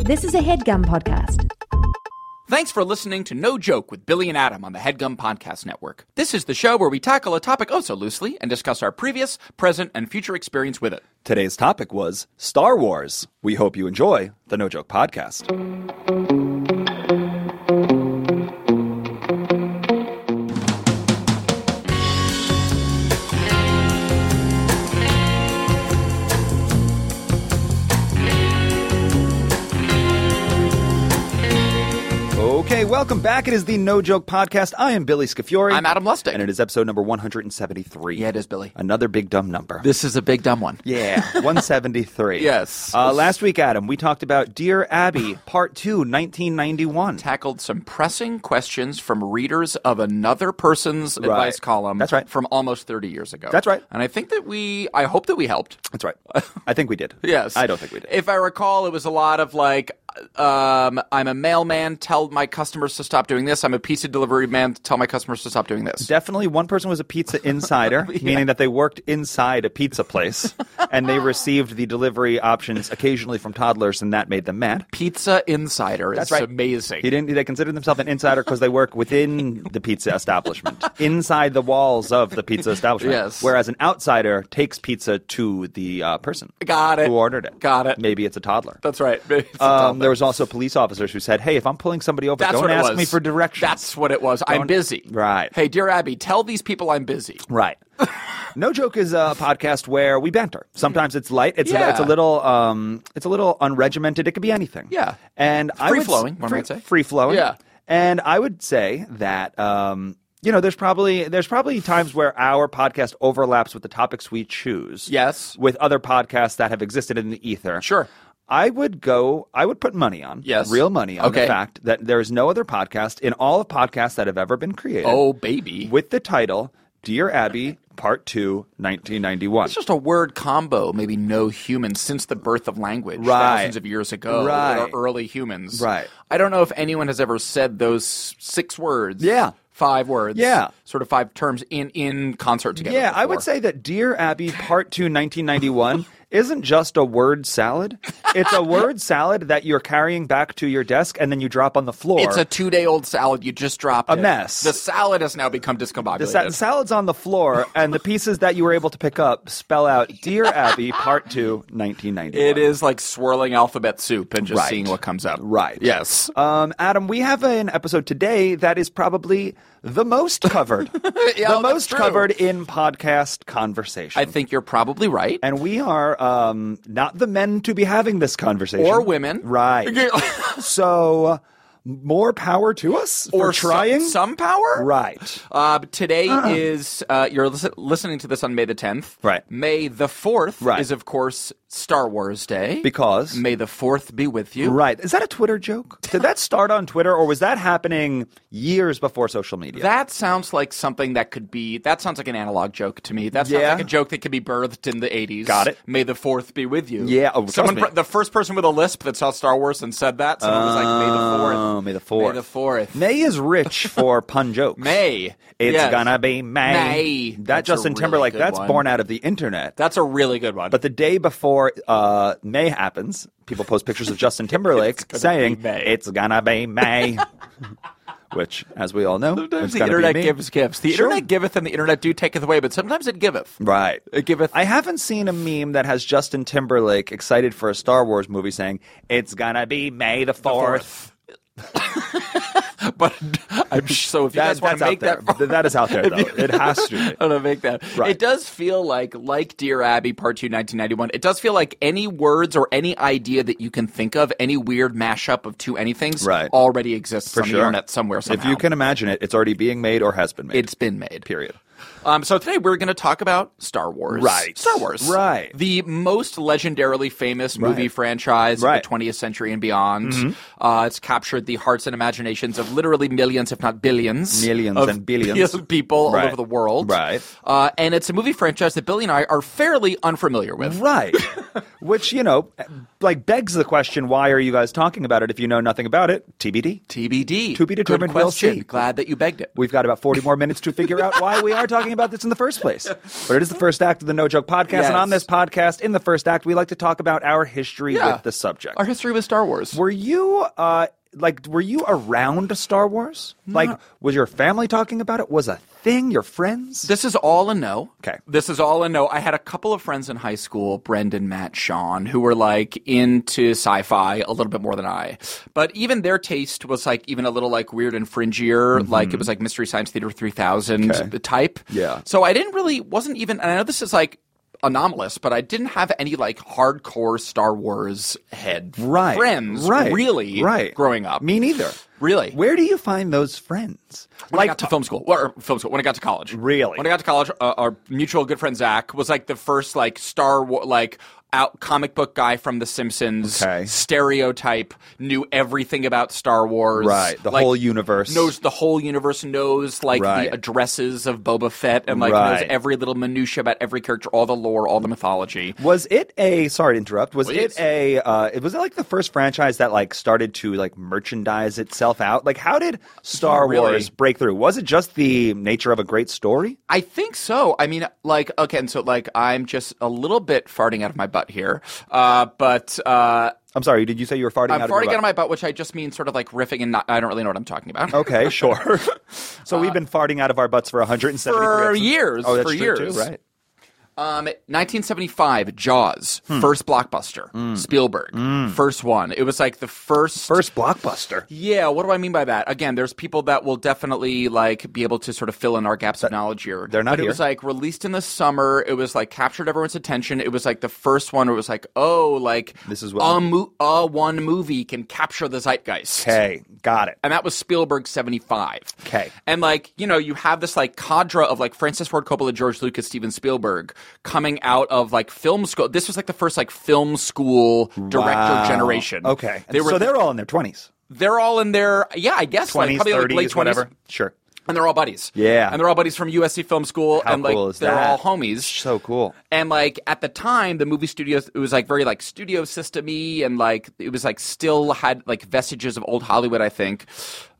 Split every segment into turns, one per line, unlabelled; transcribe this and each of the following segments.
This is a headgum podcast.
Thanks for listening to No Joke with Billy and Adam on the Headgum Podcast Network. This is the show where we tackle a topic oh so loosely and discuss our previous, present, and future experience with it.
Today's topic was Star Wars. We hope you enjoy the No Joke podcast. Okay, welcome back. It is the No Joke podcast. I am Billy Scafiori.
I'm Adam Lustig.
And it is episode number 173.
Yeah, it is, Billy.
Another big dumb number.
This is a big dumb one.
Yeah, 173.
Yes.
Uh, last week, Adam, we talked about Dear Abby, Part 2, 1991.
Tackled some pressing questions from readers of another person's advice column.
That's right.
From almost 30 years ago.
That's right.
And I think that we, I hope that we helped.
That's right. I think we did.
Yes.
I don't think we did.
If I recall, it was a lot of like, um, I'm a mailman, tell my customers to stop doing this. I'm a pizza delivery man, tell my customers to stop doing this.
Definitely one person was a pizza insider, meaning that they worked inside a pizza place and they received the delivery options occasionally from toddlers and that made them mad.
pizza insider
That's
is
right.
amazing.
He didn't they considered themselves an insider because they work within the pizza establishment, inside the walls of the pizza establishment.
Yes.
Whereas an outsider takes pizza to the uh, person
Got it.
who ordered it.
Got it.
Maybe it's a toddler.
That's right. It's a
Um,
toddler.
there was also police officers who said, "Hey, if I'm pulling somebody over,
That's
don't
what it
ask
was.
me for directions."
That's what it was. I'm
Don't-
busy.
Right.
Hey, dear Abby, tell these people I'm busy.
Right. no joke is a podcast where we banter. Sometimes it's light. It's
Yeah.
a, it's a little um, it's a little unregimented. It could be anything.
Yeah.
And I would s-
Free-flowing, one
free,
might say.
Free flowing.
Yeah.
And I would say that um, you know there's probably there's probably times where our podcast overlaps with the topics we choose.
Yes.
With other podcasts that have existed in the ether.
Sure.
I would go. I would put money on
Yes.
real money on
Okay.
the fact that there is no other podcast in all of podcasts that have ever been created
Oh, baby.
with the title Dear Abby, Part 2, 1991.
it's just a word combo, maybe no human since the birth of language,
Right.
thousands of years ago,
Right.
that are early humans.
Right.
I don't know if anyone has ever said those six words.
Yeah.
Five words.
Yeah.
Sort of five terms in in concert together.
yeah, I would
before.
say that Dear Abby, Part 2, 1991 isn't just a word salad. It's a word salad that you're carrying back to your desk and then you drop on the floor.
it's a two day old salad you just dropped.
A
it.
mess.
The salad has now become discombobulated.
the sa- salad's on the floor, and the pieces that you were able to pick up spell out Dear Abby, Part 2, 1991.
it is like swirling alphabet soup and just
Right.
seeing what comes up.
Right.
Yes.
Um, Adam, we have an episode today that is probably the most covered.
Yeah,
the
that's
most
true.
covered in podcast conversation.
I think you're probably right.
and we are um, not the men to be having this conversation
Or women.
right? so, uh, more power to us
or
for trying,
some, some power?
right?
Uh, but today is uh, you're lis- listening to this on May the 10th.
Uh-uh. Right.
May the 4th
Right.
is of course Star Wars Day.
Because-
May the 4th be with you.
Right? Is that a Twitter joke? Did that start on Twitter, or was that happening years before social media?
That sounds like something that could be. That sounds like an analog joke to me. That sounds
Yeah.
like a joke that could be birthed in the eighties.
Got it.
May the fourth be with you.
Yeah, oh, trust
Someone,
me.
pr- the first person with a lisp that saw Star Wars and said that, someone was like, "May the
Oh,
fourth.
May the fourth.
May the fourth.
May is rich for pun jokes.
May.
It's
Yes.
gonna be May.
May.
That
That's a
Justin
really
Timberlake.
good
That's
one.
born out of the internet.
That's a really good one.
But the day before uh, May happens, people post pictures of Justin Timberlake saying
be May.
it's gonna be May, which, as we all know,
sometimes
it's
the
gonna be
internet
me.
gives gifts. The
Sure.
internet giveth, and the internet do taketh away. But sometimes it giveth.
Right.
It giveth.
I haven't seen a meme that has Justin Timberlake excited for a Star Wars movie saying it's gonna be May the fourth.
but I'm sh- so if you guys want
that's
to
out
make
there.
that.
Th- that is out there though. it has to. Be.
I'm gonna make that.
Right.
It does feel like, like Dear Abby, Part Two, 1991. It does feel like any words or any idea that you can think of, any weird mashup of two anythings,
Right.
already exists on
sure.
the internet somewhere. Somehow,
If you can imagine it, it's already being made or has been made.
it's been made.
period.
Um, so today we're going to talk about Star Wars.
Right.
Star Wars.
Right.
The most legendarily famous movie
Right.
franchise
Right. Mm-hmm.
of the 20th century and beyond. Uh, it's captured the hearts and imaginations of literally millions, if not billions.
Millions
of
and billions.
People
Right.
all over the world.
Right.
Uh, and it's a movie franchise that Billy and I are fairly unfamiliar with.
Right. Which, you know, like begs the question why are you guys talking about it if you know nothing about it? TBD.
TBD.
To be determined,
Good
we'll
question.
see.
Glad that you begged it.
We've got about 40 more minutes to figure out why we are talking talking about this in the first place. But it is the first act of the No Joke podcast, and on
Yes.
this podcast, in the first act, we like to talk about our history
Yeah.
with the subject.
Our history with Star Wars.
Were you uh like were you around Star Wars? Like was your family talking about it? Was a thing your friends?
This is all a no.
Okay.
This is all a no. I had a couple of friends in high school, Brendan, Matt, Sean, who were like into sci-fi a little bit more than I. But even their taste was like even a little like weird and fringier. Like it was like Mystery Science Theater 3000
Mm-hmm. Okay.
type.
Yeah.
So I didn't really wasn't even and I know this is like anomalous, but I didn't have any like hardcore Star Wars head
right.
friends
right.
really
right.
growing up.
Me neither.
Really?
Where do you find those friends?
when I got to film school, or film school, when I got to college.
Really?
When I got to college, uh, our mutual good friend Zach was like the first like Star War like out comic book guy from The Simpsons.
Okay.
Stereotype knew everything about Star Wars.
Right, the
like,
whole universe.
Knows the whole universe. Knows like
Right.
the addresses of Boba Fett and like knows
Right.
every little minutia about every character, all the lore, all the mythology.
Was it a sorry to interrupt? Was
Please.
it a uh, it was it like the first franchise that like started to like merchandise itself out? Like how did Star
Really?
Wars break through? Was it just the nature of a great story?
I think so. I mean, like, okay, and so like I'm just a little bit farting out of my butt here, uh, but. Uh,
I'm sorry, did you say you were farting
I'm
out
farting
of
out
your
of my butt, which I just mean sort of like riffing and not, I don't really know what I'm talking about.
Okay, sure. so we've been farting out of our butts for
Uh,
173
For
episodes.
years,
Oh, that's
for
true, too,
years.
right?
Um, 1975, Jaws,
Hmm.
first blockbuster, Spielberg, first one. It was like the first.
First blockbuster.
Yeah, what do I mean by that? Again, there's people that will definitely like be able to sort of fill in our gaps of knowledge here.
they're not
But
here.
it was like released in the summer. It was like captured everyone's attention. It was like the first one where it was like, oh, like
This is what-
a, mo- a one movie can capture the zeitgeist.
Okay, got it.
and that was Spielberg 75.
Okay.
And like, you know, you have this like cadre of like Francis Ford Coppola, George Lucas, Steven Spielberg coming out of like film school. This was like the first like film school director
Wow.
generation.
Okay,
They were
so
they're,
they're all in their 20s,
all in their yeah, I guess
20s,
like probably
30s,
like late 20s
whatever. Sure,
and they're all buddies.
Yeah.
And they're all buddies from USC Film School
How
and like
cool is
they're
that?
all homies.
so cool.
And like at the time, the movie studios it was like very like studio systemy, and like it was like still had like vestiges of old Hollywood, I think.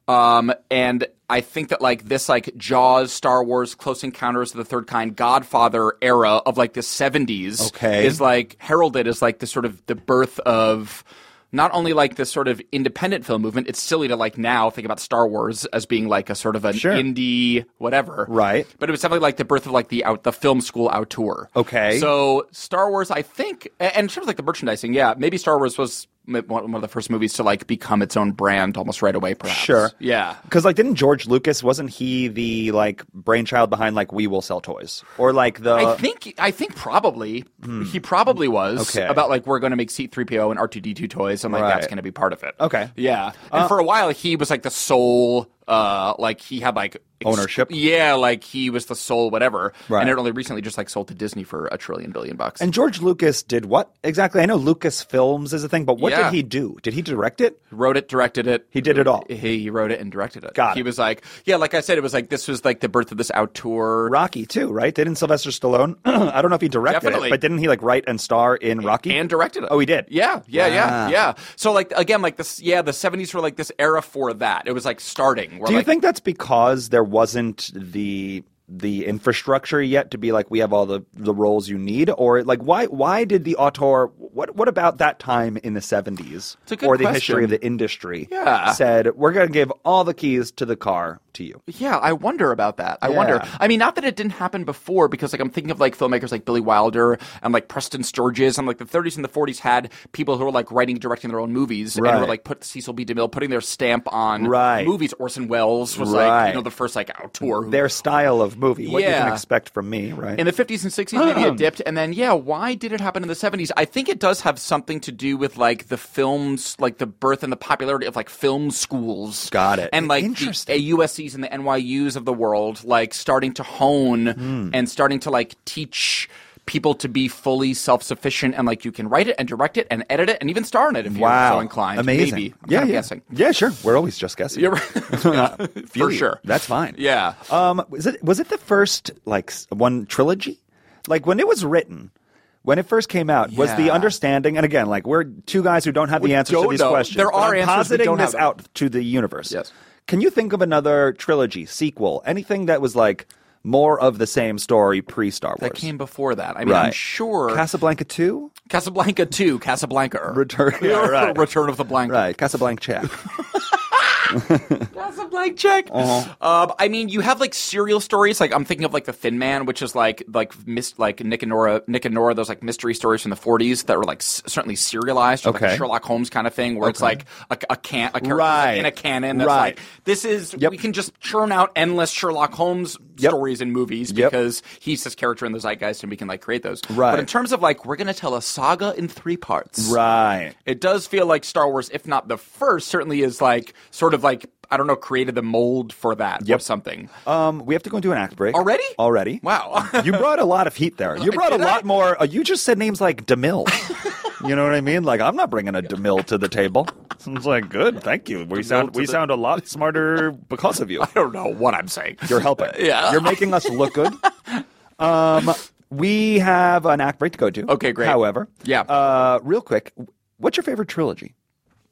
Um, and I think that like this like Jaws, Star Wars, Close Encounters of the Third Kind, Godfather era of like the seventies
Okay.
is like heralded as like the sort of the birth of not only like this sort of independent film movement, it's silly to like now think about Star Wars as being like a sort of an
Sure.
indie whatever.
Right.
But it was definitely like the birth of like the out the film school auteur.
Okay.
So Star Wars, I think, and in terms of like the merchandising, yeah, maybe Star Wars was m- one one of the first movies to like become its own brand almost right away. Perhaps.
Sure.
Yeah.
Because like, didn't George Lucas wasn't he the like brainchild behind like We Will Sell Toys or like the
I think I think probably he probably was
hmm. Okay.
about like we're going to make C3PO and R2D2 toys and like
Right.
that's going to be part of it.
Okay. Uh,
Yeah. And for a while he was like the sole uh like he had like ex-
Ownership?
Yeah, like he was the sole whatever.
Right.
And it only recently just like sold to Disney for a trillion billion bucks.
and George Lucas did what exactly? I know Lucas Films is a thing, but what
Yeah.
did he do? Did he direct it?
wrote it, directed it.
He did it all.
He wrote it and directed it.
Got
he
it.
was like, yeah, like I said, it was like this was like the birth of this auteur.
Rocky too, right? Didn't Sylvester Stallone? I don't know if he directed
Definitely.
it, but didn't he like write and star in Rocky?
and directed it.
Oh, he did?
Yeah, yeah, yeah,
Wow.
yeah. So like again, like this, yeah, the seventies were like this era for that. It was like starting. Where,
Do you
like,
think that's because there wasn't the the infrastructure yet to be like we have all the the roles you need, or like why why did the auteur what what about that time in the seventies
It's a good
or the
question.
history of the industry
Yeah.
said we're gonna give all the keys to the car to you?
Yeah, I wonder about that. I
Yeah.
wonder. I mean, not that it didn't happen before, because like I'm thinking of like filmmakers like Billy Wilder and like Preston Sturges, and like the 30s and the 40s had people who were like writing, and directing their own movies, and were
Right.
like put Cecil B. DeMille putting their stamp on
Right.
movies. Orson Welles was like you
Right.
know the first like auteur who
Their style of movie, what you
Yeah.
can expect from me, right?
in the 50s and 60s maybe
Um.
it dipped and then yeah why did it happen in the 70s i think it does have something to do with like the films like the birth and the popularity of like film schools
Got it.
and like the
Interesting.
uscs and the nyus of the world like starting to hone
Hmm.
and starting to like teach people to be fully self-sufficient and like you can write it and direct it and edit it and even star in it if
wow,
you're so inclined
amazing.
maybe I'm
yeah,
kind of
yeah.
guessing
Yeah, sure. We're always just guessing.
You're right. for
you.
sure
That's fine.
yeah
Um, was it was it the first like s- one trilogy? Like when it was written, when it first came out, was the
Yeah.
understanding? And again, like we're two guys who don't have the answers to
don't
these
know.
questions.
There
but
are
I'm
answers, we
Positing
don't have
this
them.
out to the universe.
Yes.
Can you think of another trilogy, sequel, anything that was like more of the same story pre Star Wars.
that came before that. I mean, I'm
Right.
sure
Casablanca two,
Casablanca 2, Casablanca.
Return. Yeah, right.
Return of the Blanca.
right? Casablanca check.
That's a blank check.
Uh-huh.
Um, I mean, you have like serial stories. Like I'm thinking of like the Thin Man, which is like like mis- like Nick and Nora, Nick and Nora, those like mystery stories from the 40s that were like s- certainly serialized, just, like
Okay.
a Sherlock Holmes kind of thing, where it's like a, a can a character
Right.
in a canon. That's
Right.
like this is
Yep.
we can just churn out endless Sherlock Holmes
Yep.
stories and movies
Yep.
because he's this character in the zeitgeist and we can like create those.
Right.
But in terms of like we're gonna tell a saga in three parts,
right.
it does feel like Star Wars, if not the first, certainly is like sort of like I don't know, created the mold for that or
Yep.
something.
Um, we have to go into an act break
Already?
Already.
Wow.
you brought a lot of heat there. You brought a
Did I?
lot more. Uh, you just said names like DeMille. you know what I mean? Like I'm not bringing a DeMille to the table. It's like good, thank you. We sound we sound a lot smarter because of you.
I don't know what I'm saying.
You're helping.
yeah.
you're making us look good. Um, we have an act break to go to.
Okay, great.
However,
Yeah.
Uh, real quick, what's your favorite trilogy?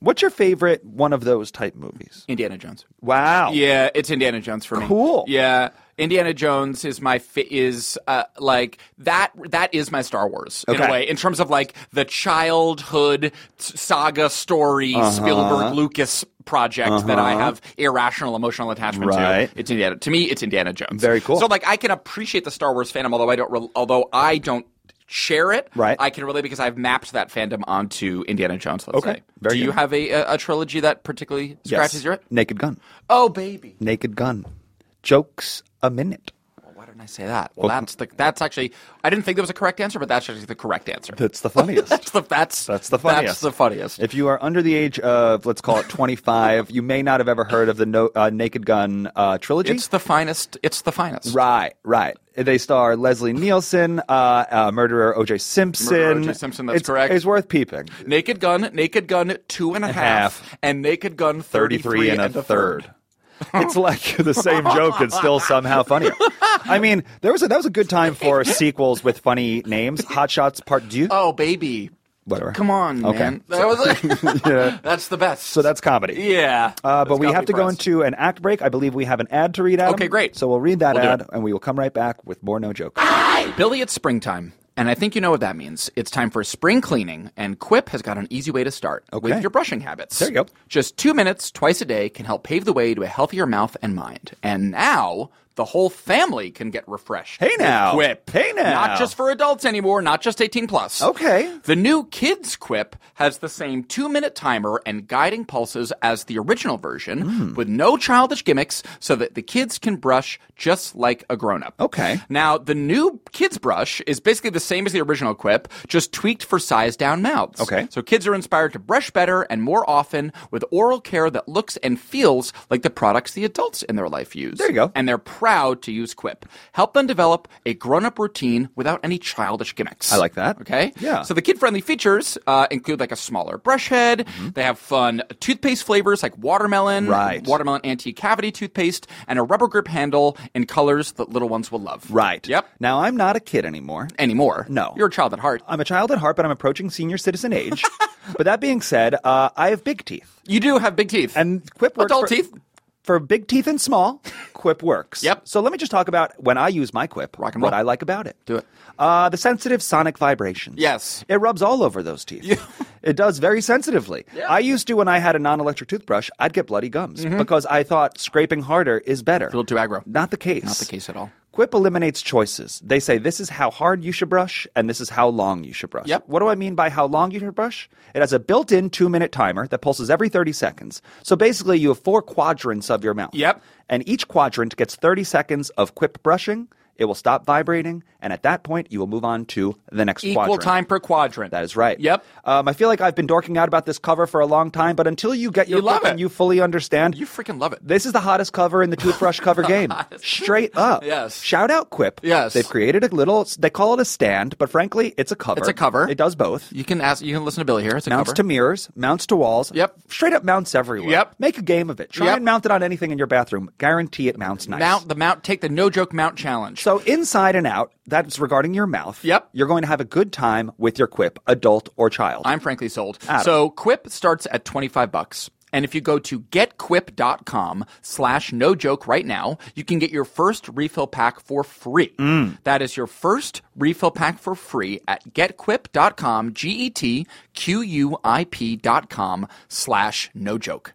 What's your favorite one of those type movies?
Indiana Jones.
Wow.
Yeah, it's Indiana Jones for me.
Cool.
Yeah. Indiana Jones is my fi- is uh, like that that is my Star Wars in a
Okay.
way in terms of like the childhood s- saga story
Uh-huh.
Spielberg Lucas project that I have irrational emotional attachment
Right.
to. It's Indiana to me it's Indiana Jones.
Very cool.
So like I can appreciate the Star Wars fandom although I don't re- although I don't share it.
Right.
I can relate because I've mapped that fandom onto Indiana Jones. Let's
Okay.
say.
Very
Do you
good.
have a, a a trilogy that particularly
Yes.
scratches your?
Naked Gun.
Oh baby.
Naked Gun. Jokes a minute.
Why didn't I say that? Well, that's the that's actually I didn't think that was a correct answer, but that's actually the correct answer.
That's the funniest.
That's the that's
That's the funniest.
That's the funniest.
If you are under the age of, let's call it 25, you may not have ever heard of the no, uh, Naked Gun uh, trilogy.
It's the finest. It's the finest.
right, right. They star Leslie Nielsen, uh, uh, murderer O.J. Simpson.
Murderer O.J. Simpson, that's
It's-
correct.
It's worth peeping.
Naked Gun, Naked Gun two and a half,
half.
and Naked Gun thirty three and, a third.
it's like the same joke. It's still somehow funnier. I mean, there was a, that was a good time for sequels with funny names. Hot Shots Part Two.
Oh baby,
Whatever.
Come on,
Okay.
man. That was That's the best.
So that's comedy.
yeah.
Uh, but
That's
we
gotta
have
be
to
for
go
us.
into an act break. I believe we have an ad to read out.
Okay, great.
So we'll read that
We'll do
ad
it.
and we will come right back with more No Joke.
Billy, it's springtime, and I think you know what that means. It's time for spring cleaning, and Quip has got an easy way to start with
Okay.
your brushing habits.
There you go.
Just two minutes twice a day can help pave the way to a healthier mouth and mind. And now the whole family can get refreshed.
Hey
with
now.
Quip.
Hey now.
Not just for adults anymore, not just 18 plus.
Okay.
The new Kids Quip has the same two minute timer and guiding pulses as the original version,
Hmm.
with no childish gimmicks, so that the kids can brush just like a grown up.
Okay.
Now, the new kids brush is basically the same as the original Quip, just tweaked for size down mouths.
Okay.
So kids are inspired to brush better and more often with oral care that looks and feels like the products the adults in their life use.
There you go.
And they're proud to use Quip. Help them develop a grown up routine without any childish gimmicks.
I like that.
Okay.
Yeah.
So the kid friendly features uh, include like a smaller brush head. They have fun toothpaste flavors like watermelon,
Mm-hmm. Right.
watermelon anti cavity toothpaste, and a rubber grip handle in colors that little ones will love.
Right.
Yep.
Now, I'm not a kid anymore.
Anymore.
No.
You're a child at heart.
I'm a child at heart, but I'm approaching senior citizen age. but that being said, uh, I have big teeth.
You do have big teeth.
And Quip works
Adult
for,
teeth.
For big teeth and small, Quip works.
Yep.
So let me just talk about when I use my Quip,
Rock and
what
roll.
I like about it.
Do it.
Uh, the sensitive sonic vibrations.
Yes.
It rubs all over those teeth. it does very sensitively. I used to, when I had a non electric toothbrush, I'd get bloody gums because I thought scraping harder is better.
Mm-hmm. little too aggro.
Not the case.
Not the case at all.
Quip eliminates choices. They say this is how hard you should brush and this is how long you should brush.
Yep.
What do I mean by how long you should brush? It has a built in two minute timer that pulses every 30 seconds. So basically, you have four quadrants of your mouth.
Yep.
And each quadrant gets 30 seconds of Quip brushing. It will stop vibrating. And at that point, you will move on to the next
Equal
quadrant.
time per quadrant.
That is right.
Yep.
Um, I feel like I've been dorking out about this cover for a long time, but until you get your
You love
Quip
it.
and you fully understand,
You freaking love it.
this is the hottest cover in the toothbrush cover game. Straight up.
Yes.
Shout out Quip.
Yes.
They've created a little, they call it a stand, but frankly, it's a cover.
It's a cover.
It does both.
you can ask. You can listen to Billy here. It's a
Mounts
cover.
to mirrors, mounts to walls.
Yep.
Straight up mounts everywhere.
Yep.
Make a game of it. Try
Yep.
and mount it on anything in your bathroom. Guarantee it mounts nice.
Mount the mount. Take the no joke mount challenge.
So inside and out, that's regarding your mouth.
Yep.
You're going to have a good time with your Quip, adult or child.
I'm frankly sold.
Adam.
So Quip starts at 25 bucks. And if you go to getquip.com slash no joke right now, you can get your first refill pack for free.
Mm.
That is your first refill pack for free at getquip.com, G E T Q U I P.com slash no joke.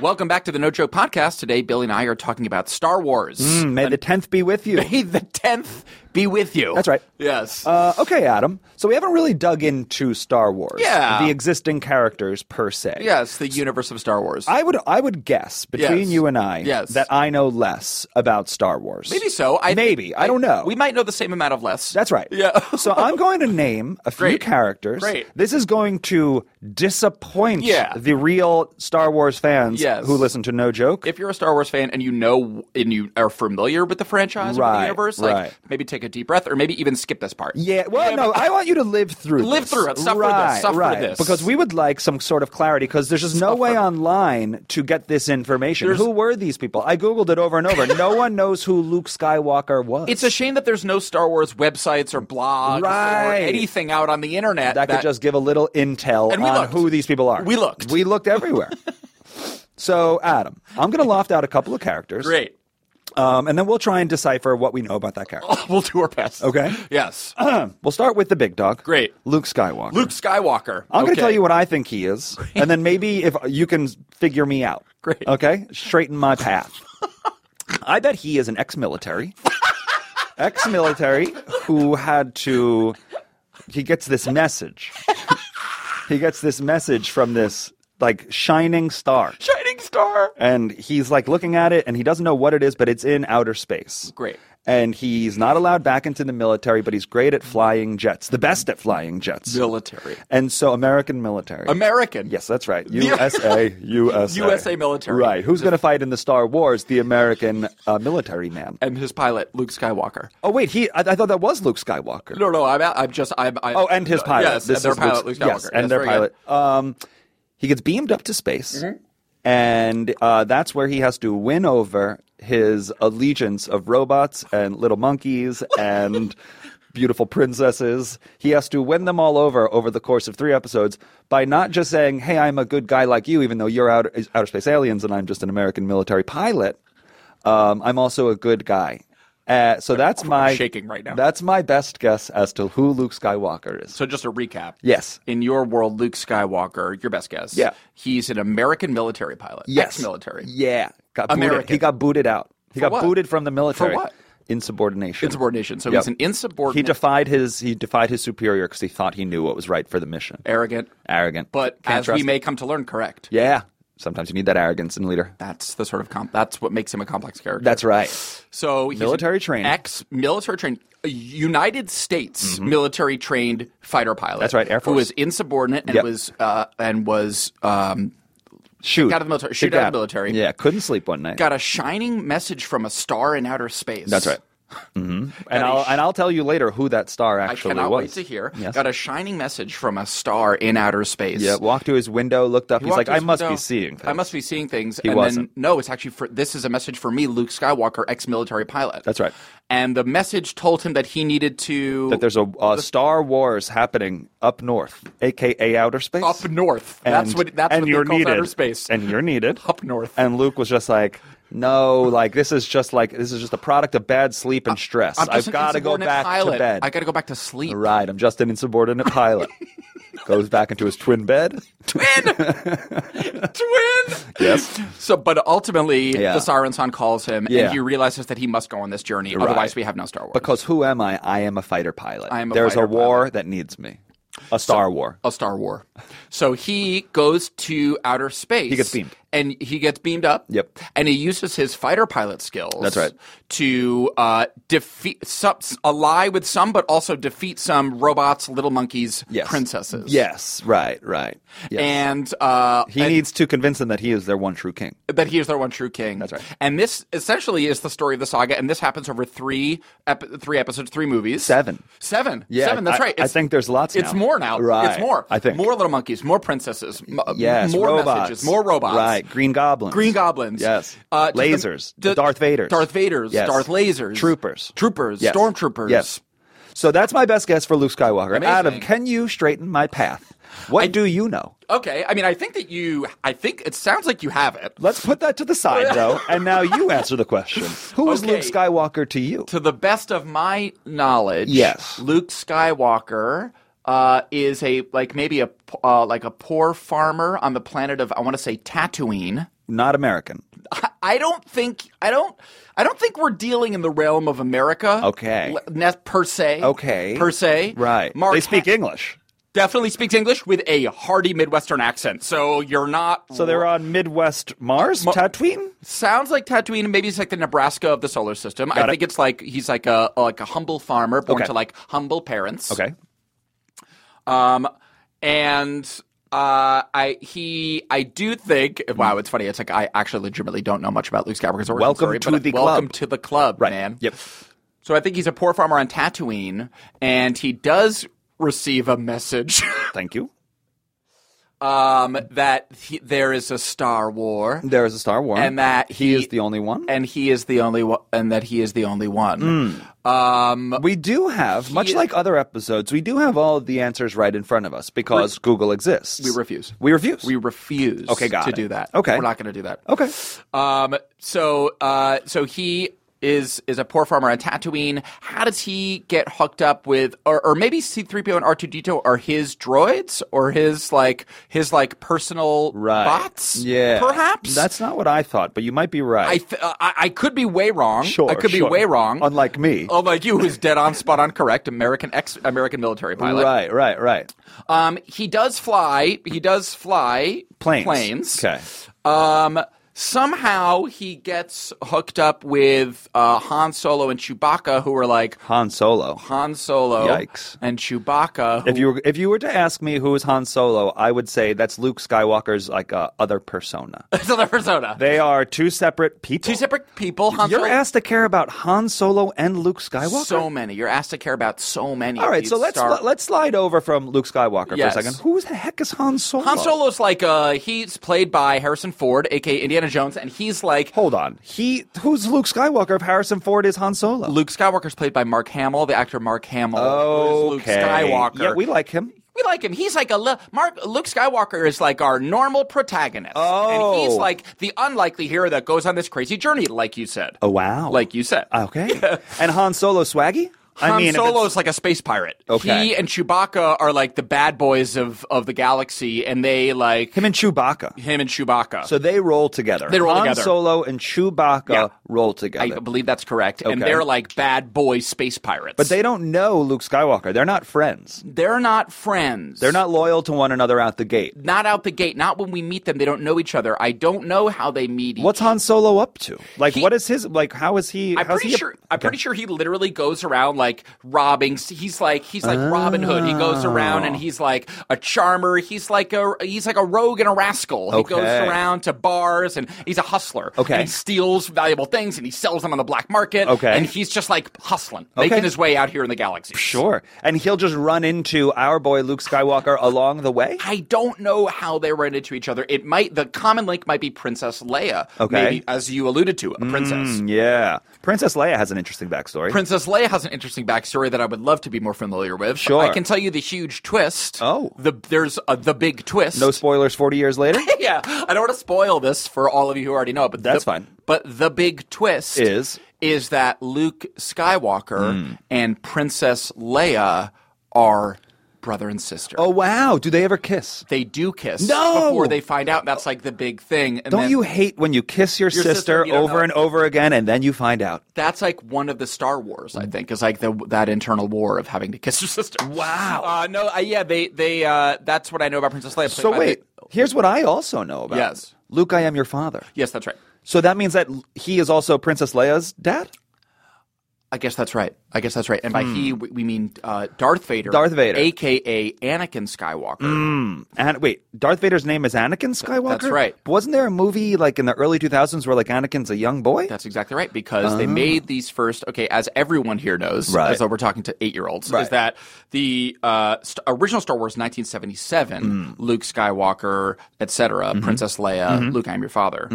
Welcome back to the No Joke Podcast. Today, Billy and I are talking about Star Wars.
Mm, May the tenth be with you.
May the 10th be with you.
That's right.
Yes.
Uh, okay, Adam. So we haven't really dug into Star Wars.
Yeah.
The existing characters per se.
yes, the universe of Star Wars.
I would I would guess between
Yes.
you and I
Yes.
that I know less about Star Wars.
Maybe so. I
Maybe. I don't know.
We might know the same amount of less.
That's right.
Yeah.
so I'm going to name a few
Great.
characters.
Great.
This is going to disappoint
Yeah.
the real Star Wars fans
Yes.
who listen to No Joke.
if you're a Star Wars fan and you know and you are familiar with the franchise or the
Right,
universe, like
right.
maybe take a deep breath or maybe even skip this part.
yeah, well, no, I want you to live through
Live
this.
through it. Suffer this.
right,
Suffer
right.
this.
Because we would like some sort of clarity because there's just no way online to get this information.
There's-
who were these people? I Googled it over and over. no one knows who Luke Skywalker was.
It's a shame that there's no Star Wars websites or blogs or
Right.
anything out on the internet
that, could just give a little intel
And we
on
looked.
who these people are.
We looked.
We looked everywhere. so, Adam, I'm going to loft out a couple of characters.
great.
Um, and then we'll try and decipher what we know about that character.
we'll do our best.
Okay.
Yes.
We'll start with the big dog.
Oh. Great.
Luke Skywalker.
Luke Skywalker.
I'm going
Okay.
to tell you what I think he is, and then maybe if you can figure me out.
Great.
Okay? Straighten my path. I bet he is an ex military. ex military who had to. He gets this message. he gets this message from this, like, shining star.
Shining Star.
and he's like looking at it and he doesn't know what it is but it's in outer space
Great.
and he's not allowed back into the military but he's great at flying jets the best at flying jets
Military.
and so american military
American.
yes that's right usa usa
USA military.
right who's going to fight in the star wars the american uh, military man
And his pilot, Luke Skywalker.
oh wait he i, I thought that was luke skywalker
No, no, I'm, I'm just, I'm. I,
Oh, and his pilot.
Yes, and their
is
pilot, Luke
Luke's-
Skywalker.
Yes, and
Yes,
their
very good.
pilot. Um, he gets beamed up to space,
Mm-hmm.
and uh, that's where he has to win over his allegiance of robots and little monkeys and beautiful princesses. He has to win them all over over the course of three episodes by not just saying, "Hey, I'm a good guy like you," even though you're out outer space aliens and I'm just an American military pilot. Um, I'm also a good guy. Uh, so that's my
shaking right now.
That's my best guess as to who Luke Skywalker is.
So just a recap.
Yes.
In your world, Luke Skywalker, your best guess.
Yeah.
He's an American military pilot.
Yes.
Ex-military.
Yeah. Got booted-
American.
He got booted out. He got
what?
booted from the military.
what?
Insubordination.
Insubordination. So
Yep.
he's an insubordinate,
He defied his he defied his superior because he thought he knew what was right for the mission.
arrogant,
Arrogant.
but
Can't
as
trust
we
him.
may come to learn, correct.
Yeah. Sometimes you need that arrogance in a leader.
That's the sort of comp. That's what makes him a complex character.
That's right.
so he's
Military
an
trained.
ex-military trained, a United States military trained fighter pilot.
Mm-hmm. That's right, Air
Who
Force.
was insubordinate and
Yep.
was uh, and was um,
Shoot.
Out of the military. Shoot
Kicked
out of the military.
Yeah. Couldn't sleep one night.
got a shining message from a star in outer space.
That's right. hmm And I'll and I'll tell you later who that star
I
actually
cannot
was.
wait to hear.
Yes.
Got a shining message from a star in outer space.
Yeah, walked to his window, looked up.
He
He's
walked
like,
to
I
his
must be
window.
seeing. Things.
I must be seeing things.
He
and
wasn't.
then no, it's actually for this is a message for me, Luke Skywalker, ex-military pilot.
That's right.
And the message told him that he needed to
That there's a, a Star Wars happening up north, aka outer space.
up north.
And-
that's what that's
and
what
you're
they call
needed.
outer space.
And you're needed
Up north.
And Luke was just like, no, like this is just like this is just a product of bad sleep and stress.
I'm just
I've
an
got to go
insubordinate
back
pilot.
to bed.
I got to go back to sleep.
right, I'm just an insubordinate pilot. Goes back into his twin bed.
Twin.
Yes.
So, but ultimately,
Yeah.
the siren song calls him,
Yeah.
and he realizes that he must go on this journey.
Right.
Otherwise, we have no Star Wars.
Because who am I? I am a fighter pilot.
I am a
There's a
fighter uh,
war that needs me. A Star War.
a Star War. So he goes to outer space. He
gets beamed.
And he gets beamed up.
Yep.
And he uses his fighter pilot skills.
That's right.
To uh, defeat, some, ally with some, but also defeat some robots, little monkeys,
Yes.
princesses.
Yes. Right. Right. Yes.
And uh,
He needs to convince them that he is their one true king.
that he is their one true king. That's
right.
And this essentially is the story of the saga, and this happens over three, ep- three episodes, three movies,
Seven.
seven,
Yeah,
seven. That's
I-
right.
I think there's lots
It's
now.
more now.
Right,
It's more.
I think.
more little monkeys, more princesses, m-
Yes,
more
robots.
messages, more robots,
Right, green goblins.
Green goblins.
Yes.
Uh, to the-
lasers.
to-
Darth Vaders.
Darth Vaders.
Yes.
Darth lasers.
Troopers.
Troopers.
Yes.
Stormtroopers.
Yes. So that's my best guess for Luke Skywalker.
Amazing.
Adam, can you straighten my path? What do you know?
Okay, I mean, I think that you. I think it sounds like you have it.
Let's put that to the side, though, and now you answer the question. Who is
Okay.
Luke Skywalker to you?
To the best of my knowledge,
Yes.
Luke Skywalker uh, is a like maybe a p- uh, like a poor farmer on the planet of I want to say Tatooine.
Not American.
I don't think I don't I don't think we're dealing in the realm of America.
Okay.
L- ne- per se.
Okay.
Per se.
Right.
Mark
they speak
Ha-
English.
definitely speaks English with a hearty Midwestern accent. So you're not.
So they're on Midwest Mars, Tatooine?
Sounds like Tatooine. Maybe it's like the Nebraska of the solar system. I
Got it.
think it's like he's like a like a humble farmer born
Okay.
to like humble parents.
Okay.
Um, and uh, I he I do think wow, it's funny. It's like I actually legitimately don't know much about Luke Skywalker's origin
Welcome
story,
to
but
the
welcome
club.
to the club,
Right.
man.
Yep.
So I think he's a poor farmer on Tatooine, and he does receive a message
Thank you.
um, that he, there is a Star War,
There is a Star Wars.
and that
he,
he,
is the only one.
and he is the only one, and that he is the only
Hmm.
one. Um,
we do have, much like other episodes, we do have all of the answers right in front of us because Google exists.
we refuse.
We refuse.
We refuse.
Okay, got
to
it.
do that.
Okay.
we're not going to do that.
okay.
Um, so, uh, so he is is a poor farmer on Tatooine. How does he get hooked up with, or, or maybe C three PO and R two D two are his droids or his like his like personal
Right.
bots?
Yeah.
perhaps
That's not what I thought, but you might be
I,
right.
th- I I could be way wrong.
sure.
I could
sure.
be way wrong. Oh,
Unlike me.
Unlike you, who's dead on, spot on, correct, American ex American military pilot.
right, right, right.
Um, he does fly. He does fly
Planes.
Planes.
Okay.
Um, somehow he gets hooked up with uh, Han Solo and Chewbacca, who are like
Han Solo.
Han Solo
Yikes.
and Chewbacca. Who,
If you were, if you were to ask me who is Han Solo, I would say that's Luke Skywalker's like uh, other persona.
so the persona.
They are two separate people.
Two separate people. Han
You're
Solo.
asked to care about Han Solo and Luke Skywalker.
so many. You're asked to care about so many.
All
of
right,
these
so let's
Star-
let's slide over from Luke Skywalker
Yes.
for a second. Who the heck is Han Solo?
Han Solo's like uh, he's played by Harrison Ford, aka Indiana Jones, and he's like
Hold on. He who's Luke Skywalker if Harrison Ford is Han Solo?
Luke Skywalker's played by Mark Hamill, the actor Mark Hamill. who is
Okay.
Luke Skywalker.
Yeah, we like him.
we like him. He's like a li- Mark Luke Skywalker is like our normal protagonist,
Oh.
and he's like the unlikely hero that goes on this crazy journey, like you said.
Oh wow.
like you said.
Okay. And Han Solo swaggy?
Han
I mean, if it's-
Solo is like a space pirate.
Okay.
He and Chewbacca are like the bad boys of, of the galaxy, and they like
him and Chewbacca.
him and Chewbacca.
So they roll together.
They roll
Han
together.
Solo and Chewbacca
Yeah.
roll
I
together.
believe that's correct, and
Okay.
they're like bad boy space pirates.
but they don't know Luke Skywalker. They're not friends.
they're not friends.
They're not loyal to one another out the gate.
not out the gate. Not when we meet them. They don't know each other. I don't know how they meet. each
What's Han Solo up to? Like,
He-
what is his like? How is he?
I'm
how's
pretty
he a-
sure. I'm pretty sure he literally goes around like robbing. He's like he's like Robin Hood. He goes around
Oh.
and he's like a charmer. He's like a he's like a rogue and a rascal. He goes
Okay.
around to bars and he's a hustler.
Okay.
and he steals valuable things and he sells them on the black market.
Okay.
and he's just like hustling,
Okay.
making his way out here in the galaxy.
Sure. And he'll just run into our boy Luke Skywalker along the way?
I don't know how they ran into each other. It might the common link might be Princess Leia.
Okay. Mm.
maybe, as you alluded to, a princess.
Yeah. Princess Leia has an interesting backstory.
Princess Leia has an interesting backstory that I would love to be more familiar with.
Sure.
I can tell you the huge twist.
Oh.
the there's a, the big twist.
no spoilers 40 years later?
yeah, I don't want to spoil this for all of you who already know it, but
That's
the,
fine.
But the big twist
Is? Hmm.
is that Luke Skywalker and Princess Leia are brother and sister.
oh, wow. Do they ever kiss?
They do kiss
No!
before they find out. That's like the big thing. And
Don't
then
you hate when you kiss your,
sister,
sister,
you don't know
over
it.
and over again and then you find out?
That's like one of the Star Wars,
Mm.
I think, is like the, that internal war of having to kiss your sister.
Wow.
Uh, no, uh, yeah, they they uh, that's what I know about Princess Leia.
So,
I think-
wait. Here's what I also know about
Yes.
Luke, I am your father.
yes, that's right.
So that means that he is also Princess Leia's dad?
I guess that's right. I guess that's right. And by he, we we mean uh, Darth Vader.
Hmm. Darth Vader.
aka Anakin Skywalker.
And wait, Darth Vader's name is Anakin Skywalker?
that's right.
But wasn't there a movie like in the early 2000s where like Anakin's a young boy?
That's exactly right because they made these first. Okay, as everyone here knows,
Oh. Right.
as though we're talking to eight-year-olds,
Right.
is that the uh, st- original Star Wars,
Mm.
1977, Luke Skywalker, etc.,
Mm-hmm.
Princess Leia, Luke, I'm your father.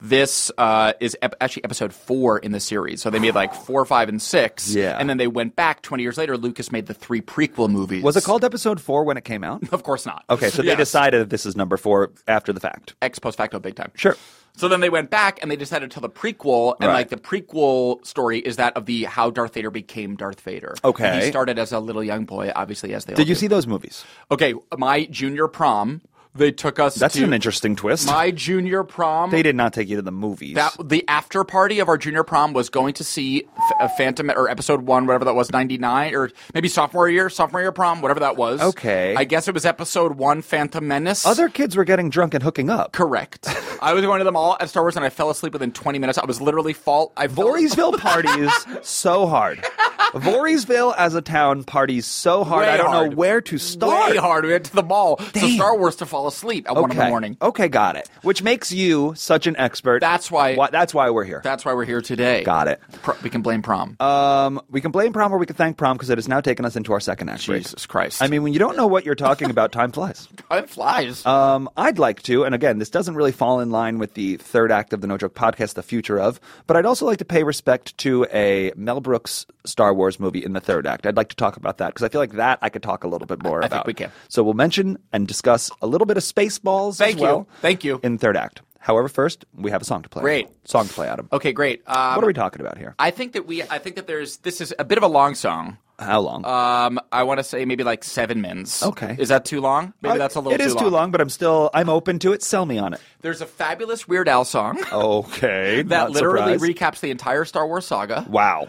This uh, is ep- actually episode four in the series, so they made like four, five, and six.
Yeah.
And then they went back 20 years later. Lucas made the three prequel movies.
Was it called Episode Four when it came out?
Of course not.
Okay, so they
Yes.
decided this is number four after the fact.
ex post facto big time.
Sure.
So then they went back and they decided to tell the prequel, and
Right.
like the prequel story is that of the how Darth Vader became Darth Vader.
Okay.
And he started as a little young boy, obviously as they. all
Did you
do.
see those movies?
Okay, my junior prom, they took us.
That's
to
an interesting twist.
My junior prom.
they did not take you to the movies.
that the after party of our junior prom was going to see F- uh, Phantom or episode one, whatever that was, ninety nine or maybe sophomore year, sophomore year prom, whatever that was.
Okay.
I guess it was episode one, Phantom Menace.
Other kids were getting drunk and hooking up.
Correct. I was going to them all at Star Wars, and I fell asleep within 20 minutes. I was literally fall. I fell-
Voorheesville parties so hard. Voorheesville as a town parties so hard.
Way
I don't
hard.
know where to start.
Way hard. We went to the mall. So
Damn.
Star Wars to fall asleep at one in the morning.
Okay, Oh. got it. Which makes you such an expert.
That's why-
that's why we're here.
That's why we're here today.
got it.
Pro- we can blame prom.
Um, we can blame prom or we can thank prom because it has now taken us into our second act. break.
Jesus Christ. Oh,
I mean, when you don't know what you're talking about, time flies.
it flies.
Um, I'd like to, and again, this doesn't really fall in line with the third act of the No Joke podcast, The Future of, but I'd also like to pay respect to a Mel Brooks Star Wars movie in the third act. I'd like to talk about that because I feel like that I could talk a little bit more
I think
about.
we can.
So we'll mention and discuss a little bit of Spaceballs
Thank
as
you.
well.
Thank you.
In third act. However, first, we have a song to play.
Great.
Song to play, Adam.
okay, great. Um,
What are we talking about here?
I think that we. I think that there's. This is a bit of a long song.
How long?
Um, I want to say maybe like seven minutes.
Okay.
Is that too long? Maybe
I-
that's a little.
It is too long, but I'm still, I'm open to it. Sell me on it.
There's a fabulous Weird Al song
Okay.
that
not
literally
surprised.
recaps the entire Star Wars saga.
Wow.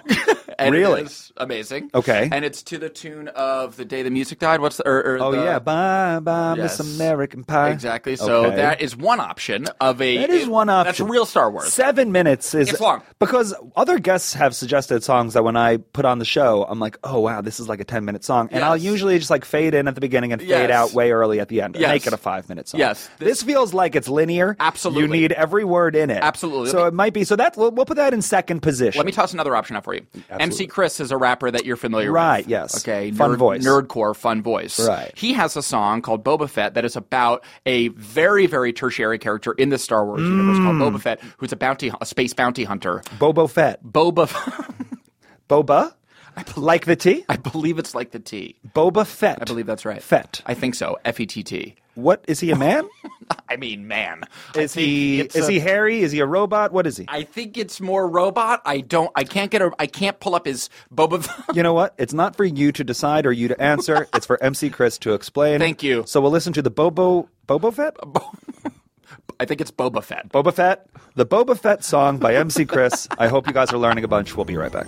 And
really?
it is amazing.
Okay.
and it's to the tune of "The Day the Music Died." What's the, or, or
Oh
the-
yeah, bye bye,
Yes.
Miss American Pie.
exactly. So
Okay.
that is one option of a.
that is one option.
That's real Star Wars.
Seven minutes is
It's long.
because other guests have suggested songs that when I put on the show, I'm like, oh wow, this is like a ten minute song, and I'll
Yes.
usually just like fade in at the beginning and
Yes.
fade out way early at the end, and
Yes.
make it a five minute song.
Yes.
this, feels like it's linear.
Absolutely.
you need every word in it.
Absolutely.
So it might be so that we'll, we'll put that in second position.
Let me toss another option out for you. MC Chris is a rapper that you're familiar
Right,
with.
yes.
Okay.
Fun
nerd,
voice.
Nerdcore, fun voice.
Right.
He has a song called Boba Fett that is about a very, very tertiary character in the Star Wars universe called
Mm.
Boba Fett, who's a bounty, a space bounty hunter.
Bobo Fett,
Boba, F-
Boba, like the tea.
I believe it's like the T.
Boba Fett.
I believe that's right.
Fett.
I think so. F E T T.
What is he a man?
I mean, man. I
is
think
he
it's
is
a-
he hairy? Is he a robot? What is he?
I think it's more robot. I don't. I can't get. A, I can't pull up his Boba. Fett.
You know what? It's not for you to decide or you to answer. it's for MC Chris to explain.
Thank you.
So we'll listen to the Bobo Bobo Fett?
I think it's Boba Fett.
Boba Fett? The Boba Fett song by MC Chris. I hope you guys are learning a bunch. We'll be right back.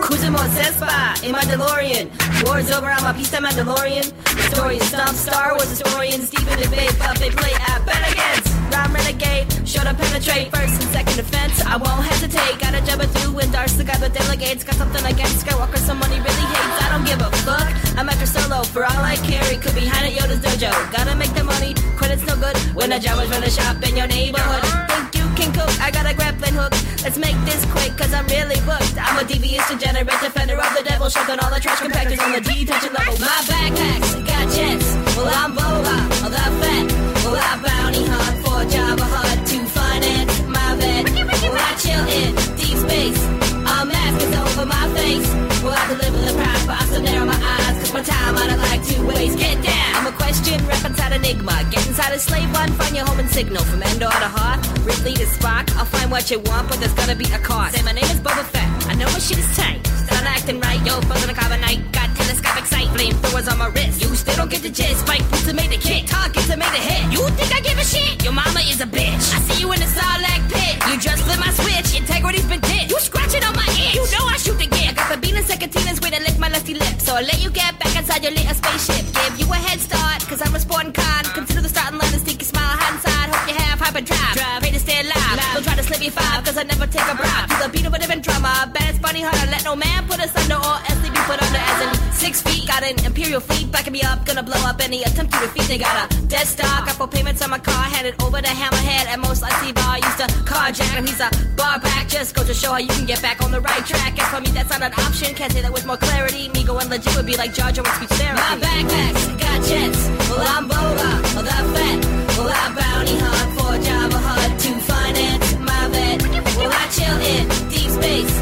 Cruising on Cespa in my DeLorean. War's over, I'm a piece of Mandalorian. Story stump, Star Wars historian. Steven debate, but they play at bet against. Rhyme renegade, show to penetrate. First and second defense, I won't hesitate. Gotta jump it through and Darcy got the delegates. Got something against Skywalker, someone he really hates. I don't give a fuck, I'm after solo. For all I care, it could be hot at Yoda's dojo. Gotta make the money, credit's no good. When the Jawas run a shop in your neighborhood. Think you can cook, I got a grappling hook. Let's make this quick, cause I'm really booked. I'm a devious degenerate defender of the devil, shoving all the trash compactors on the detention level. My backpacks got jets. Well, I'm Boba, well, I'm fat. Well, I bounty hunt for a job hard to finance my vet. Well, I chill in deep space. A mask is over my face. Well, I deliver the prize, but I still narrow my eyes, cause my time I don't like to waste. Get down! I'm a question, rep inside Enigma. Get inside a slave one, find your home and signal. From Endor to Hoth, Ripley to Spock. I'll find what you want, but there's gonna be a cost. Say, my name is Boba Fett. I know my shit is tight. Start acting right, yo, buzzing a carbonite. Got telescopic sight, flamethrowers on my wrist. You still don't get the gist. Spike boots to make the kick. Target to make the hit. You think I give a shit? Your mama is a bitch. I see you in the Sarlacc pit. You just flipped my switch. Integrity's been ditched. You scratching on my itch. You know I shoot the gear. Got the Venus Secatinas way to lick my lusty lips. So I'll let you get back inside your little spaceship. Give you a head start, cause I'm a sporting con. Consider the starting line and sneaky smile hide inside. Hope you have hyperdrive. Drive, pay to stay alive. Don't try to slip me five, cause I never take a bribe. You the beat of a different drama. Baddest bunny hunter. Let no man put us under or else they be put under as in six feet. Got an imperial fleet backing me up. Gonna blow up any attempt to defeat. They got a dead stock. I for payments on my car. Headed over to Hammerhead. At most I see bar. Used to carjack him. He's a bar back. Just go to show how you can get back on the right track. As for me, that's not an option. Can't say that with more clarity. Me going legit would be like Jar Jar with speech therapy. My backpacks got jets. Well, I'm Boba. Well, that fat. Well, I bounty hard for Java hard to finance my vet. Well, I chill in deep space.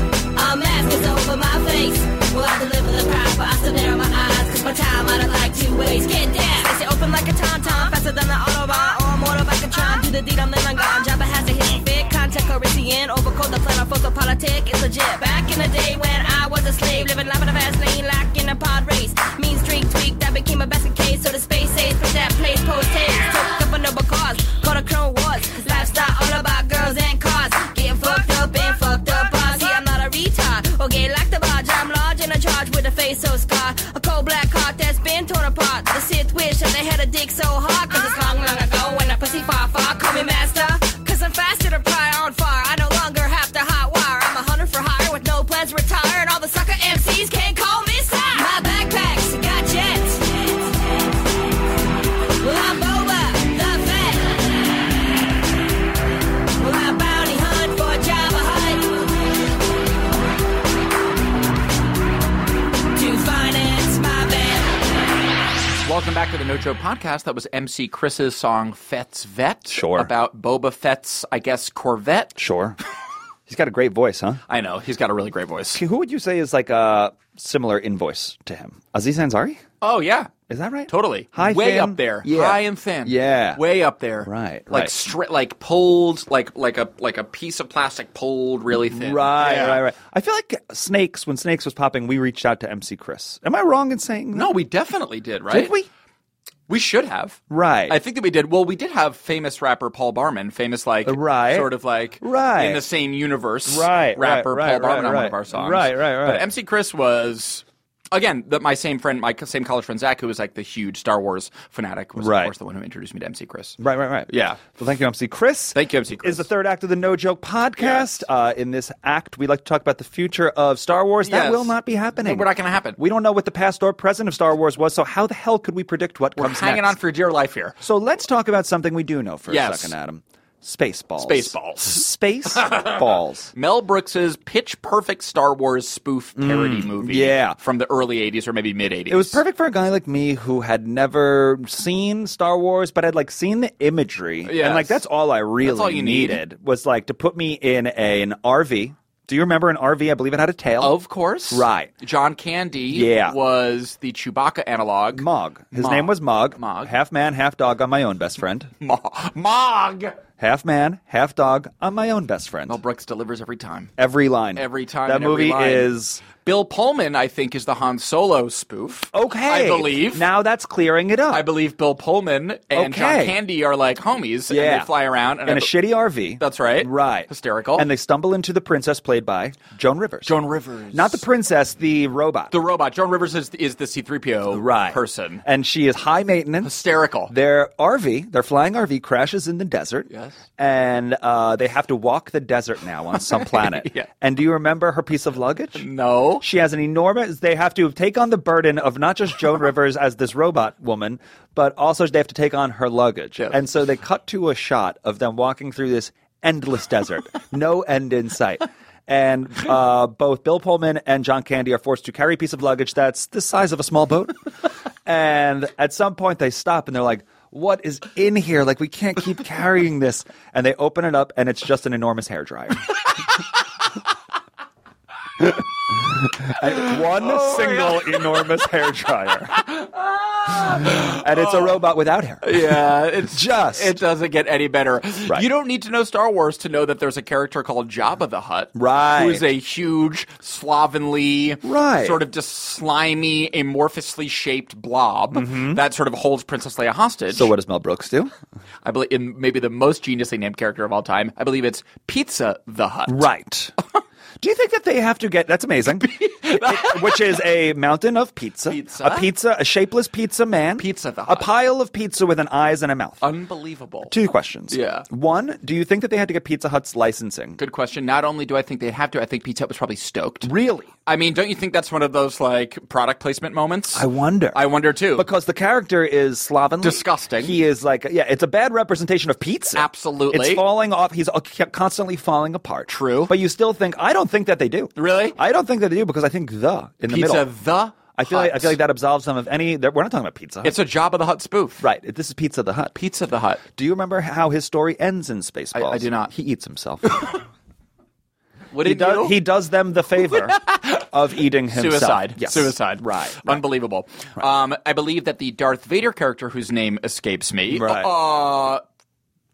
legit. Back in the day when I was a slave, living life in a fast lane, like in a pod race. Mean streak tweak that became a basket case. So the space age from that place post takes. Took up a noble cause, called a chrome wars. Lifestyle all about girls and cars. Getting fucked up and fucked up bars. See, I'm not a retard or gay like the barge. I'm large and I charge with a face so scarred. A cold black heart that's been torn apart. The Sith wish that they had a dick so hard. Cause it's long, long ago when a pussy far, far. Call me master. Cause I'm faster to pry on fire. I no longer have to hot wire. I'm a hunter for hire with no plans to retire. And all the sucker MCs can't call me sir. My backpacks got jets. Well, I'm Boba, the vet. Well, I bounty hunt for Jabba Hutt. To finance my band.
Welcome back to the No Joke Podcast. That was MC Chris's song Fett's Vet.
Sure.
About Boba Fett's, I guess, Corvette.
Sure. He's got a great voice, huh?
I know. He's got a really great voice.
Who would you say is like a similar in voice to him? Aziz Ansari?
Oh, yeah.
Is that right?
Totally.
High
Way
thin?
up there.
Yeah.
High and thin.
Yeah.
Way up there.
Right,
Like
right.
stri- like pulled like like a like a piece of plastic pulled really thin.
Right,
Yeah.
right, right. I feel like Snakes, when Snakes was popping, we reached out to MC Chris. Am I wrong in saying
No, we definitely did, right?
that? Did we?
We should have.
Right.
I think that we did. Well, we did have famous rapper Paul Barman, famous like
Right.
sort of like
Right.
in the same universe.
Right, right,
Rapper
right,
Paul Barman
right,
on one
right.
of our songs.
Right, right, right.
But MC Chris was again the, my same friend, my same college friend Zach, who was like the huge Star Wars fanatic, was
Right.
of course the one who introduced me to MC Chris.
Right, right, right.
Yeah.
Well, thank you, MC Chris.
Thank you, MC Chris.
Is the third act of the No Joke podcast. Uh, in this act, we like to talk about the future of Star Wars. That
Yes.
will not be happening.
We're not gonna happen.
We don't know what the past or present of Star Wars was, so how the hell could we predict what
We're
comes
hanging
next?
on for dear life here.
So let's talk about something we do know for a
Yes.
second, Adam. Spaceballs.
Spaceballs.
Space balls.
Mel Brooks's pitch perfect Star Wars spoof parody movie.
Mm, yeah.
From the early 80s or maybe mid 80s.
It was perfect for a guy like me who had never seen Star Wars, but had like seen the imagery, and
Yes.
like that's all I really
all you need.
needed was like to put me in a, an RV. Do you remember an RV? I believe it had a tail.
Of course.
Right.
John Candy
Yeah.
was the Chewbacca analog.
Mog. His
Mog.
name was Mog.
Mog.
Half man, half dog on my own best friend.
Mog. Mog.
half man, half dog on my own best friend.
Mel Brooks delivers every time.
Every line.
Every time.
That
and every
movie
line.
is
Bill Pullman, I think, is the Han Solo spoof.
okay.
I believe.
Now that's clearing it up.
I believe Bill Pullman and John
Okay.
Candy are like homies,
Yeah.
and they fly around. And
in
I
a
be-
shitty RV.
That's right.
Right.
Hysterical.
And they stumble into the princess played by Joan Rivers.
Joan Rivers.
Not the princess, the robot.
the robot. Joan Rivers is, is the C3PO
right.
person.
And she is high maintenance.
Hysterical.
Their RV, their flying RV, crashes in the desert.
Yes.
And uh, they have to walk the desert now on some planet.
Yeah.
And do you remember her piece of luggage?
no.
She has an enormous. They have to take on the burden of not just Joan Rivers as this robot woman, but also they have to take on her luggage.
Yes.
And so they cut to a shot of them walking through this endless desert, no end in sight. And uh, both Bill Pullman and John Candy are forced to carry a piece of luggage that's the size of a small boat. and at some point, they stop and they're like, "What is in here? Like, we can't keep carrying this." And they open it up, and it's just an enormous hairdryer. one single enormous hair dryer. and it's a robot without hair.
Yeah, it's
Just.
it doesn't get any better.
Right.
You don't need to know Star Wars to know that there's a character called Jabba the Hutt,
Right.
Who is a huge, slovenly,
Right.
sort of just slimy, amorphously shaped blob that sort of holds Princess Leia hostage.
Mm-hmm. So what does Mel Brooks do?
I believe in maybe the most geniusly named character of all time. I believe it's Pizza the Hutt.
Right. Do you think that they have to get that's amazing. It- which is a mountain of pizza,
Pizza?
A pizza, a shapeless pizza man.
Pizza the
A
Hut.
pile of pizza with an eyes and a mouth.
Unbelievable.
Two questions.
Yeah.
One, do you think that they had to get Pizza Hut's licensing?
Good question. Not only do I think they'd have to, I think Pizza Hut was probably stoked.
Really?
I mean, don't you think that's one of those like product placement moments?
I wonder.
I wonder too.
Because the character is slovenly.
Disgusting.
He is like, yeah, it's a bad representation of pizza.
Absolutely.
It's falling off. He's uh, c- constantly falling apart.
True.
But you still think, I don't think that they do.
Really?
I don't think that they do because I think the in the
Pizza
middle.
the
I feel, like, I
Hut.
feel like that absolves them of any. We're not talking about pizza. Hut.
It's a Job of the Hut spoof.
right. This is Pizza the Hut.
Pizza the Hut.
Do you remember how his story ends in Spaceballs?
I do not.
He eats himself.
What
he,
did you
does, he does them the favor of eating himself.
Suicide.
Yes.
Suicide.
Right.
Unbelievable. Um, I believe that the Darth Vader character, whose name escapes me,
Right.
uh,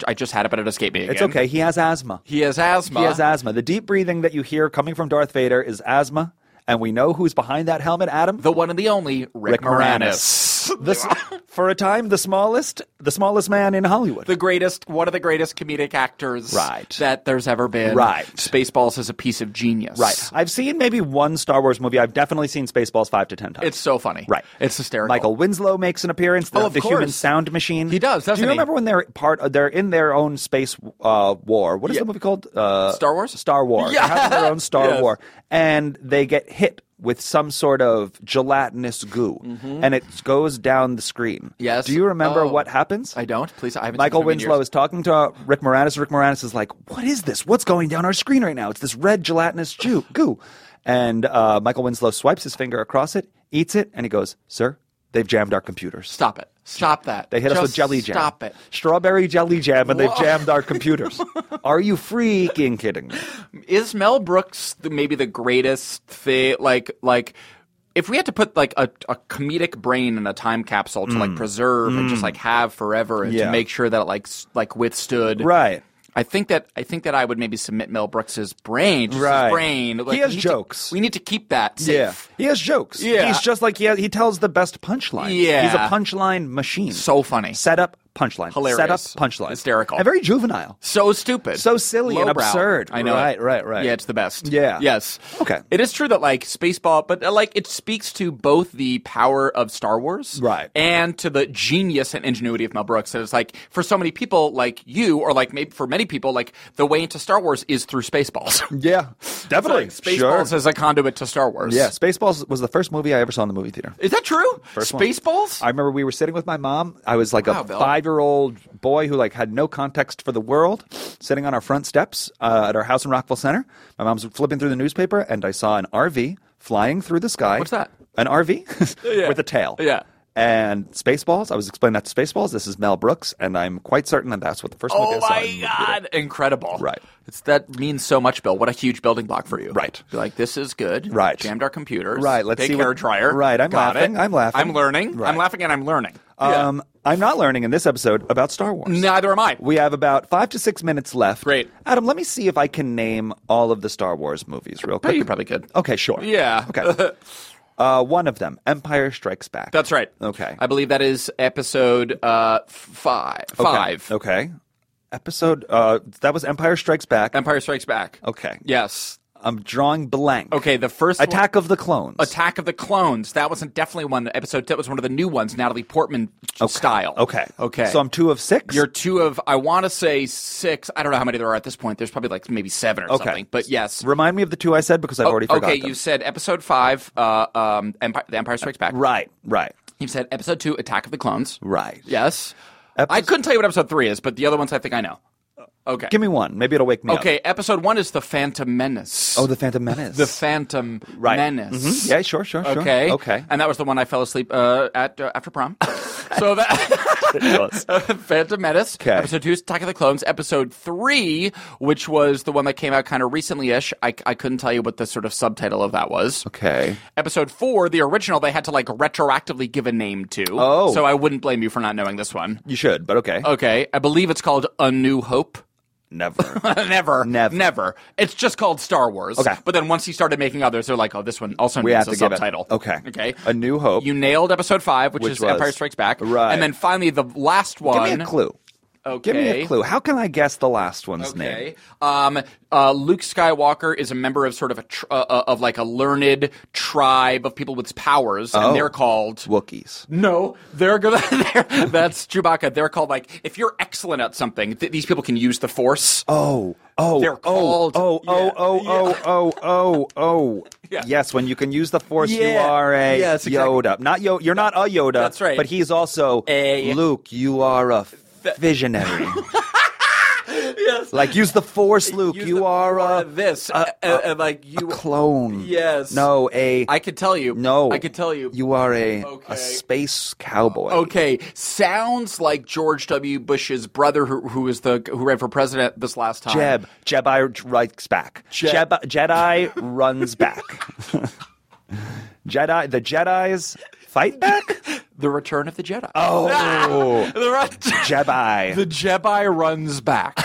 I just had it, but it escaped me again.
It's okay. He has asthma.
He has asthma.
He has asthma. The deep breathing that you hear coming from Darth Vader is asthma, and we know who's behind that helmet, Adam.
The one and the only Rick,
Rick Moranis. The s- for a time, the smallest, the smallest man in Hollywood.
the greatest, one of the greatest comedic actors
Right.
that there's ever been.
Right.
Spaceballs is a piece of genius.
right. I've seen maybe one Star Wars movie. I've definitely seen Spaceballs five to ten times.
It's so funny.
Right.
It's hysterical.
Michael Winslow makes an appearance. The,
Oh, of
the human
course.
sound machine.
He does,
Do
doesn't
you
he?
remember when they're part? uh, They're in their own space uh, war. What is
Yeah.
the movie called? Uh,
Star Wars?
Star War.
Yeah.
They're having their own Star
Yes.
War, and they get hit with some sort of gelatinous goo, and it goes down the screen.
Mm-hmm. Yes.
Do you remember
Oh.
what happens?
I don't. Please, I haven't.
Michael
seen this movie in
Winslow
years.
is talking to uh, Rick Moranis. Rick Moranis is like, "What is this? What's going down our screen right now? It's this red gelatinous goo." goo. And uh, Michael Winslow swipes his finger across it, eats it, and he goes, "Sir, they've jammed our computers.
Stop it. Stop that.
They hit us
Just
with jelly jam.
Stop it.
Strawberry jelly jam, and they've
Whoa.
jammed our computers. Are you freaking kidding me?
Is Mel Brooks the, maybe the greatest thing? Like, like. If we had to put like a, a comedic brain in a time capsule to like preserve and just like have forever and
Mm. Yeah.
to make sure that it like s- like withstood,
Right."
I think that I think that I would maybe submit Mel Brooks's brain, just
Right.
his brain.
He
Like,
has
we need to-
jokes.
we need to keep that
Yeah,
safe.
he has jokes.
Yeah.
he's just like he has, he tells the best punchline.
Yeah.
he's a punchline machine.
So funny.
Set up punchline. Set up
Hilarious.
punchline.
Hysterical.
And very juvenile.
So stupid.
So silly and
Lowbrow.
absurd.
I know.
Right,
it.
right, right.
Yeah, it's the best.
Yeah.
Yes.
Okay.
It is true that like Spaceball, but uh, like it speaks to both the power of Star Wars,
Right.
and to the genius and ingenuity of Mel Brooks. And it's like for so many people, like you, or like maybe for many people, like the way into Star Wars is through Spaceballs.
Yeah, definitely.
Spaceballs
sure.
is a conduit to Star Wars.
yeah, Spaceballs was the first movie I ever saw in the movie theater.
Is that true?
First one.
Spaceballs.
I remember we were sitting with my mom. I was like
Wow,
a
Bill.
five-year-old boy who like had no context for the world, sitting on our front steps uh, at our house in Rockville Center. My mom's flipping through the newspaper, and I saw an RV flying through the sky.
What's that?
An RV
Yeah.
with a tail.
Yeah.
And Spaceballs. I was explaining that to Spaceballs. This is Mel Brooks, and I'm quite certain that that's what the first
Oh
movie I saw. in the
my
movie theater.
god! Incredible.
Right.
It's that means so much, Bill. What a huge building block for you.
Right.
You're like this is good.
Right.
Jammed our computers.
Right, let's
Big
see what-
hair dryer.
Right, I'm
Got
laughing,
it.
I'm laughing.
I'm learning.
Right.
I'm laughing and I'm learning.
Um, I'm not learning in this episode about Star Wars.
Neither am I.
We have about five to six minutes left.
Great.
Adam, let me see if I can name all of the Star Wars movies real
But
quick.
you probably could.
Okay, sure.
Yeah.
Okay. uh, one of them, Empire Strikes Back.
That's right.
Okay.
I believe that is episode uh, five.
Okay.
Five.
Okay. Episode, uh, that was Empire Strikes Back.
Empire Strikes Back.
okay.
Yes.
I'm drawing blank.
Okay. The first one-
Attack of the Clones.
Attack of the Clones. That wasn't definitely one episode. That was one of the new ones, Natalie Portman style.
Okay.
Okay.
So I'm two of six.
You're two of, I want to say six. I don't know how many there are at this point. There's probably like maybe seven or
Okay.
something. But yes.
Remind me of the two I said because I've already forgotten.
Oh, okay, you said episode five, uh, um, Empire, The Empire Strikes Back.
Right, right,
You said episode two, Attack of the Clones.
right.
Yes.
Epis- Uh,
I couldn't tell you what episode three is, but the other ones I think I know. Okay.
Give me one. Maybe it'll wake me up.
okay, episode one is The Phantom Menace.
Oh, the Phantom Menace.
The Phantom
right.
Menace.
Mhm. Yeah, sure, sure, sure.
Okay.
Okay.
And that was the one I fell asleep uh, at uh, after prom. so that Phantom Menace.
Okay.
Episode two is Attack of the Clones. Episode three, which was the one that came out kind of recently-ish. I, I couldn't tell you what the sort of subtitle of that was.
okay.
Episode four, the original, they had to like retroactively give a name to.
Oh.
So I wouldn't blame you for not knowing this one.
You should, but okay.
Okay. I believe it's called A New Hope.
Never.
never,
Never.
never. It's just called Star Wars.
Okay.
But then once he started making others, they're like, oh, this one also
We
needs
have
a
to give it-
subtitle.
okay.
Okay.
A New Hope.
You nailed episode five, which,
Which
is
was-
Empire Strikes Back.
Right.
And then finally the last
Give
one.
me a clue.
Okay.
Give me a clue. How can I guess the last one's name?
Okay. Um, uh, Luke Skywalker is a member of sort of a tr- uh, uh, of like a learned tribe of people with powers,
Oh.
and they're called
Wookiees.
No, they're gonna. They're, that's Chewbacca. They're called like if you're excellent at something, th- these people can use the Force.
Oh, oh,
They're
oh,
called-
oh, oh,
yeah,
oh,
yeah.
oh, oh, oh, oh.
Yeah.
Yes, when you can use the force, you
Yeah.
are a
Yes, exactly.
Yoda. Not Yo, you're not a Yoda.
That's right.
But he's also
A-
Luke. You are a visionary. yes. Like use the force, Luke.
Use
you
the-
are
or
a,
this
a,
and-
a-
and, like you
a clone.
Yes.
No, a
I could tell you.
no.
I could tell you.
You are a
Okay.
a space cowboy.
Okay, sounds like George W. Bush's brother, who who is the who ran for president this last time.
Jeb. Jedi writes back.
Je-
Jeb- Jedi runs back. Jedi. The Jedi's fight back.
The Return of the Jedi.
Uh, Oh,
the, ret-
Jedi.
the Jedi runs back.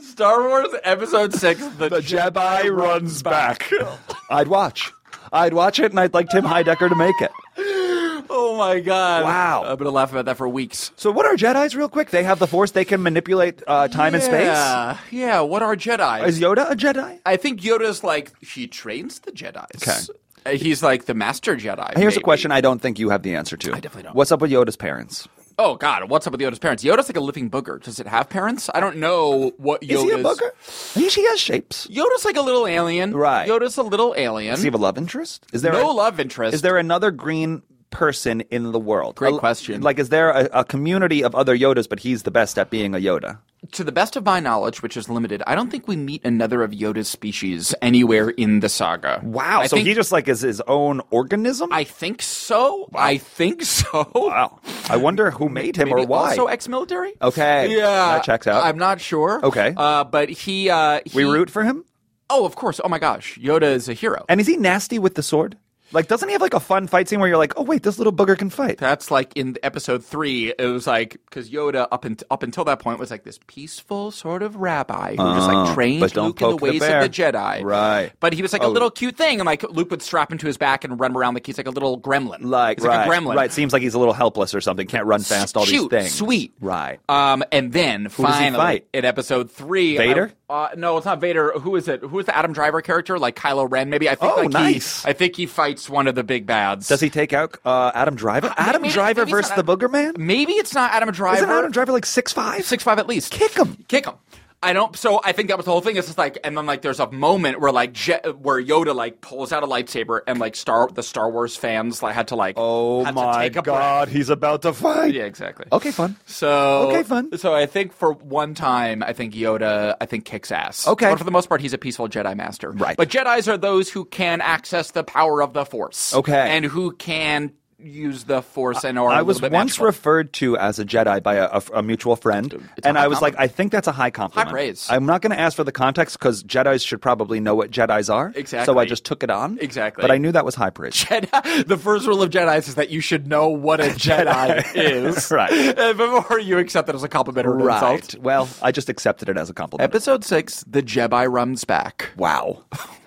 Star Wars Episode Six: The,
The Jedi runs back. I'd watch. I'd watch it, and I'd like Tim Heidecker to make it.
Oh my god!
Wow.
I've been laughing about that for weeks.
So, what are Jedi's, real quick? They have the Force. They can manipulate uh, time and
Yeah, yeah. What are Jedi?
space. Is Yoda a Jedi?
I think Yoda's like he trains the Jedi's.
Okay.
Uh, He's like the master Jedi.
Here's a
maybe.
question I don't think you have the answer to. I
definitely don't.
What's up with Yoda's parents?
Oh God, what's up with Yoda's parents? Yoda's like a living booger. Does it have parents? I don't know what Yoda's.
Is he a booger? He, she has shapes.
Yoda's like a little alien.
Right.
Yoda's a little alien.
Does he have a love interest? Is there
no
a-
love interest.
Is there another green person in the world?
Great
A-
question.
Like, is there a, a community of other Yodas, but he's the best at being a Yoda?
to the best of my knowledge, which is limited, I don't think we meet another of Yoda's species anywhere in the saga.
Wow.
I
so
think,
he just like is his own organism.
I think so. I think so.
wow. I wonder who made him
Maybe
or why.
Also ex-military.
Okay.
Yeah,
That checks out.
I'm not sure.
Okay.
uh, but he, uh, he.
we root for him.
Oh, of course. Oh my gosh, Yoda is a hero.
And is he nasty with the sword? Like, doesn't he have like a fun fight scene where you're like, oh wait, this little booger can fight?
that's like in episode three. It was like because Yoda up and up until that point was like this peaceful sort of rabbi who just
Oh,
like trained
but don't
Luke in the
poke the
ways
bear.
of the Jedi.
Right. Oh.
But he was like a little cute thing, and like Luke would strap him to his back and run around like he's like a little gremlin.
Like,
he's like
right,
a gremlin.
right? Seems like he's a little helpless or something. Can't run fast. All
Cute,
these things.
sweet,
Right.
Um, and then
does he
finally,
fight?
in episode three,
Vader?
I- uh, no, it's not Vader. Who is it? Who is the Adam Driver character? Like Kylo Ren, maybe. I think.
Oh,
like, he-
nice.
I think he fights one of the big bads.
Does he take out uh, Adam Driver? Adam
maybe-
Driver
maybe it's
versus
not
the
Adam-
Booger Man?
Maybe it's not Adam Driver.
Isn't Adam Driver like six five?
six five at least.
Kick 'em.
kick him. I don't. So I think that was the whole thing. It's just like, and then like, there's a moment where like, Je- where Yoda like pulls out a lightsaber, and like Star the Star Wars fans like had to like,
Oh
had to
my
take a
God, he's about to fight.
breath. yeah, exactly.
Okay, fun.
So
Okay, fun.
So I think for one time, I think Yoda, I think kicks ass.
Okay.
but for the most part, he's a peaceful Jedi master.
Right.
But Jedi's are those who can access the power of the Force.
Okay.
and who can use the Force and are. a
I
little
was
bit
once
magical.
referred to as a Jedi by a, a f- a mutual friend,
It's a
and
high
I was like,
compliment.
I think that's a high compliment.
High praise.
I'm not going to ask for the context because Jedi's should probably know what Jedi's are. So I
Exactly.
just took it on.
Exactly.
But I knew that was high praise.
Jedi, the first rule of Jedi is that you should know what a Jedi is.
Right.
And before you accept it as a compliment or an
Right.
insult.
Well, I just accepted it as a compliment.
Episode 6 The Jedi Runs Back.
wow.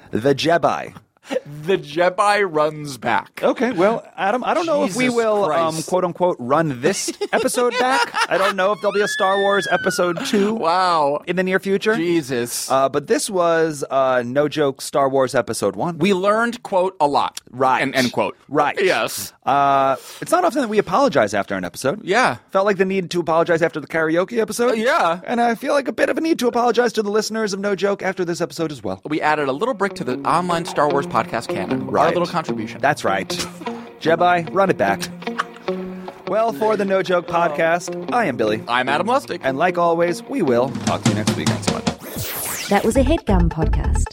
the Jedi.
The Jedi Runs Back.
Okay, well, Adam, I don't know if we
Jesus
will, um,
Christ.
quote unquote, run this episode back. I don't know if there'll be a Star Wars episode two
Wow.
in the near future.
Jesus.
Uh, but this was uh, no joke Star Wars episode one.
we learned, quote, a lot.
Right.
And end quote.
Right.
Yes.
uh, it's not often that we apologize after an episode.
Yeah. Uh,
Felt like the need to apologize after the karaoke episode.
yeah.
And I feel like a bit of a need to apologize to the listeners of No Joke after this episode as well.
We added a little brick to the online Star Wars podcast canon. Our
Right.
little contribution.
That's right. Jedi, run it back. Well, for the No Joke podcast, I am Billy.
I'm Adam Lustig.
And like always, we will talk to you next week.
That was a headgum podcast.